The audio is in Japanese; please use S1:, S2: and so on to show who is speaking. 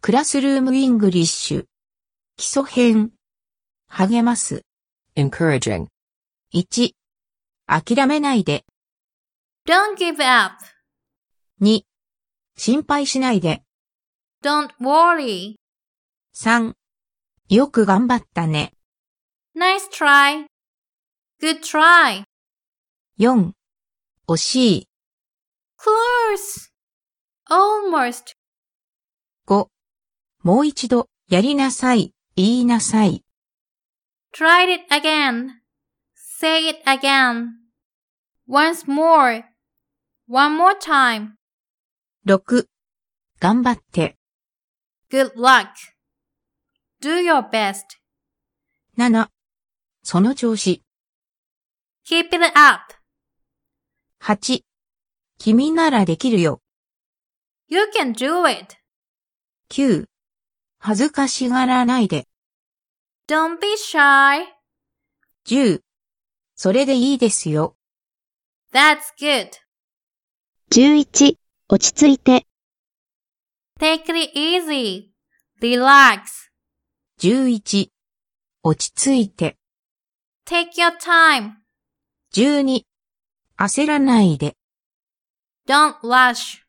S1: クラスルームイングリッシュ。基礎編。励ます。
S2: encouraging,
S1: 1。諦めないで。
S3: Don't give up.
S1: 2。心配しないで。
S3: Don't worry.
S1: 3。よく頑張ったね。
S3: Nice try. Good try.
S1: 4。惜しい。
S3: Close. Almost.
S1: 5。もう一度、やりなさい、言いなさい。
S3: Try it again. Say it again. Once more. One more time.
S1: 6。頑張って。
S3: Good luck. Do your best.
S1: 7。その調子。
S3: Keep it up.
S1: 8。君ならできるよ。
S3: You can do it.
S1: 9。恥ずかしがらないで。
S3: Don't be shy.
S1: 10。それでいいですよ。
S3: That's good.
S4: 11、落ち着いて、
S3: Take it easy. Relax.
S1: 11。落ち着いて。
S3: Take your time.
S1: 12。焦らないで。
S3: Don't rush.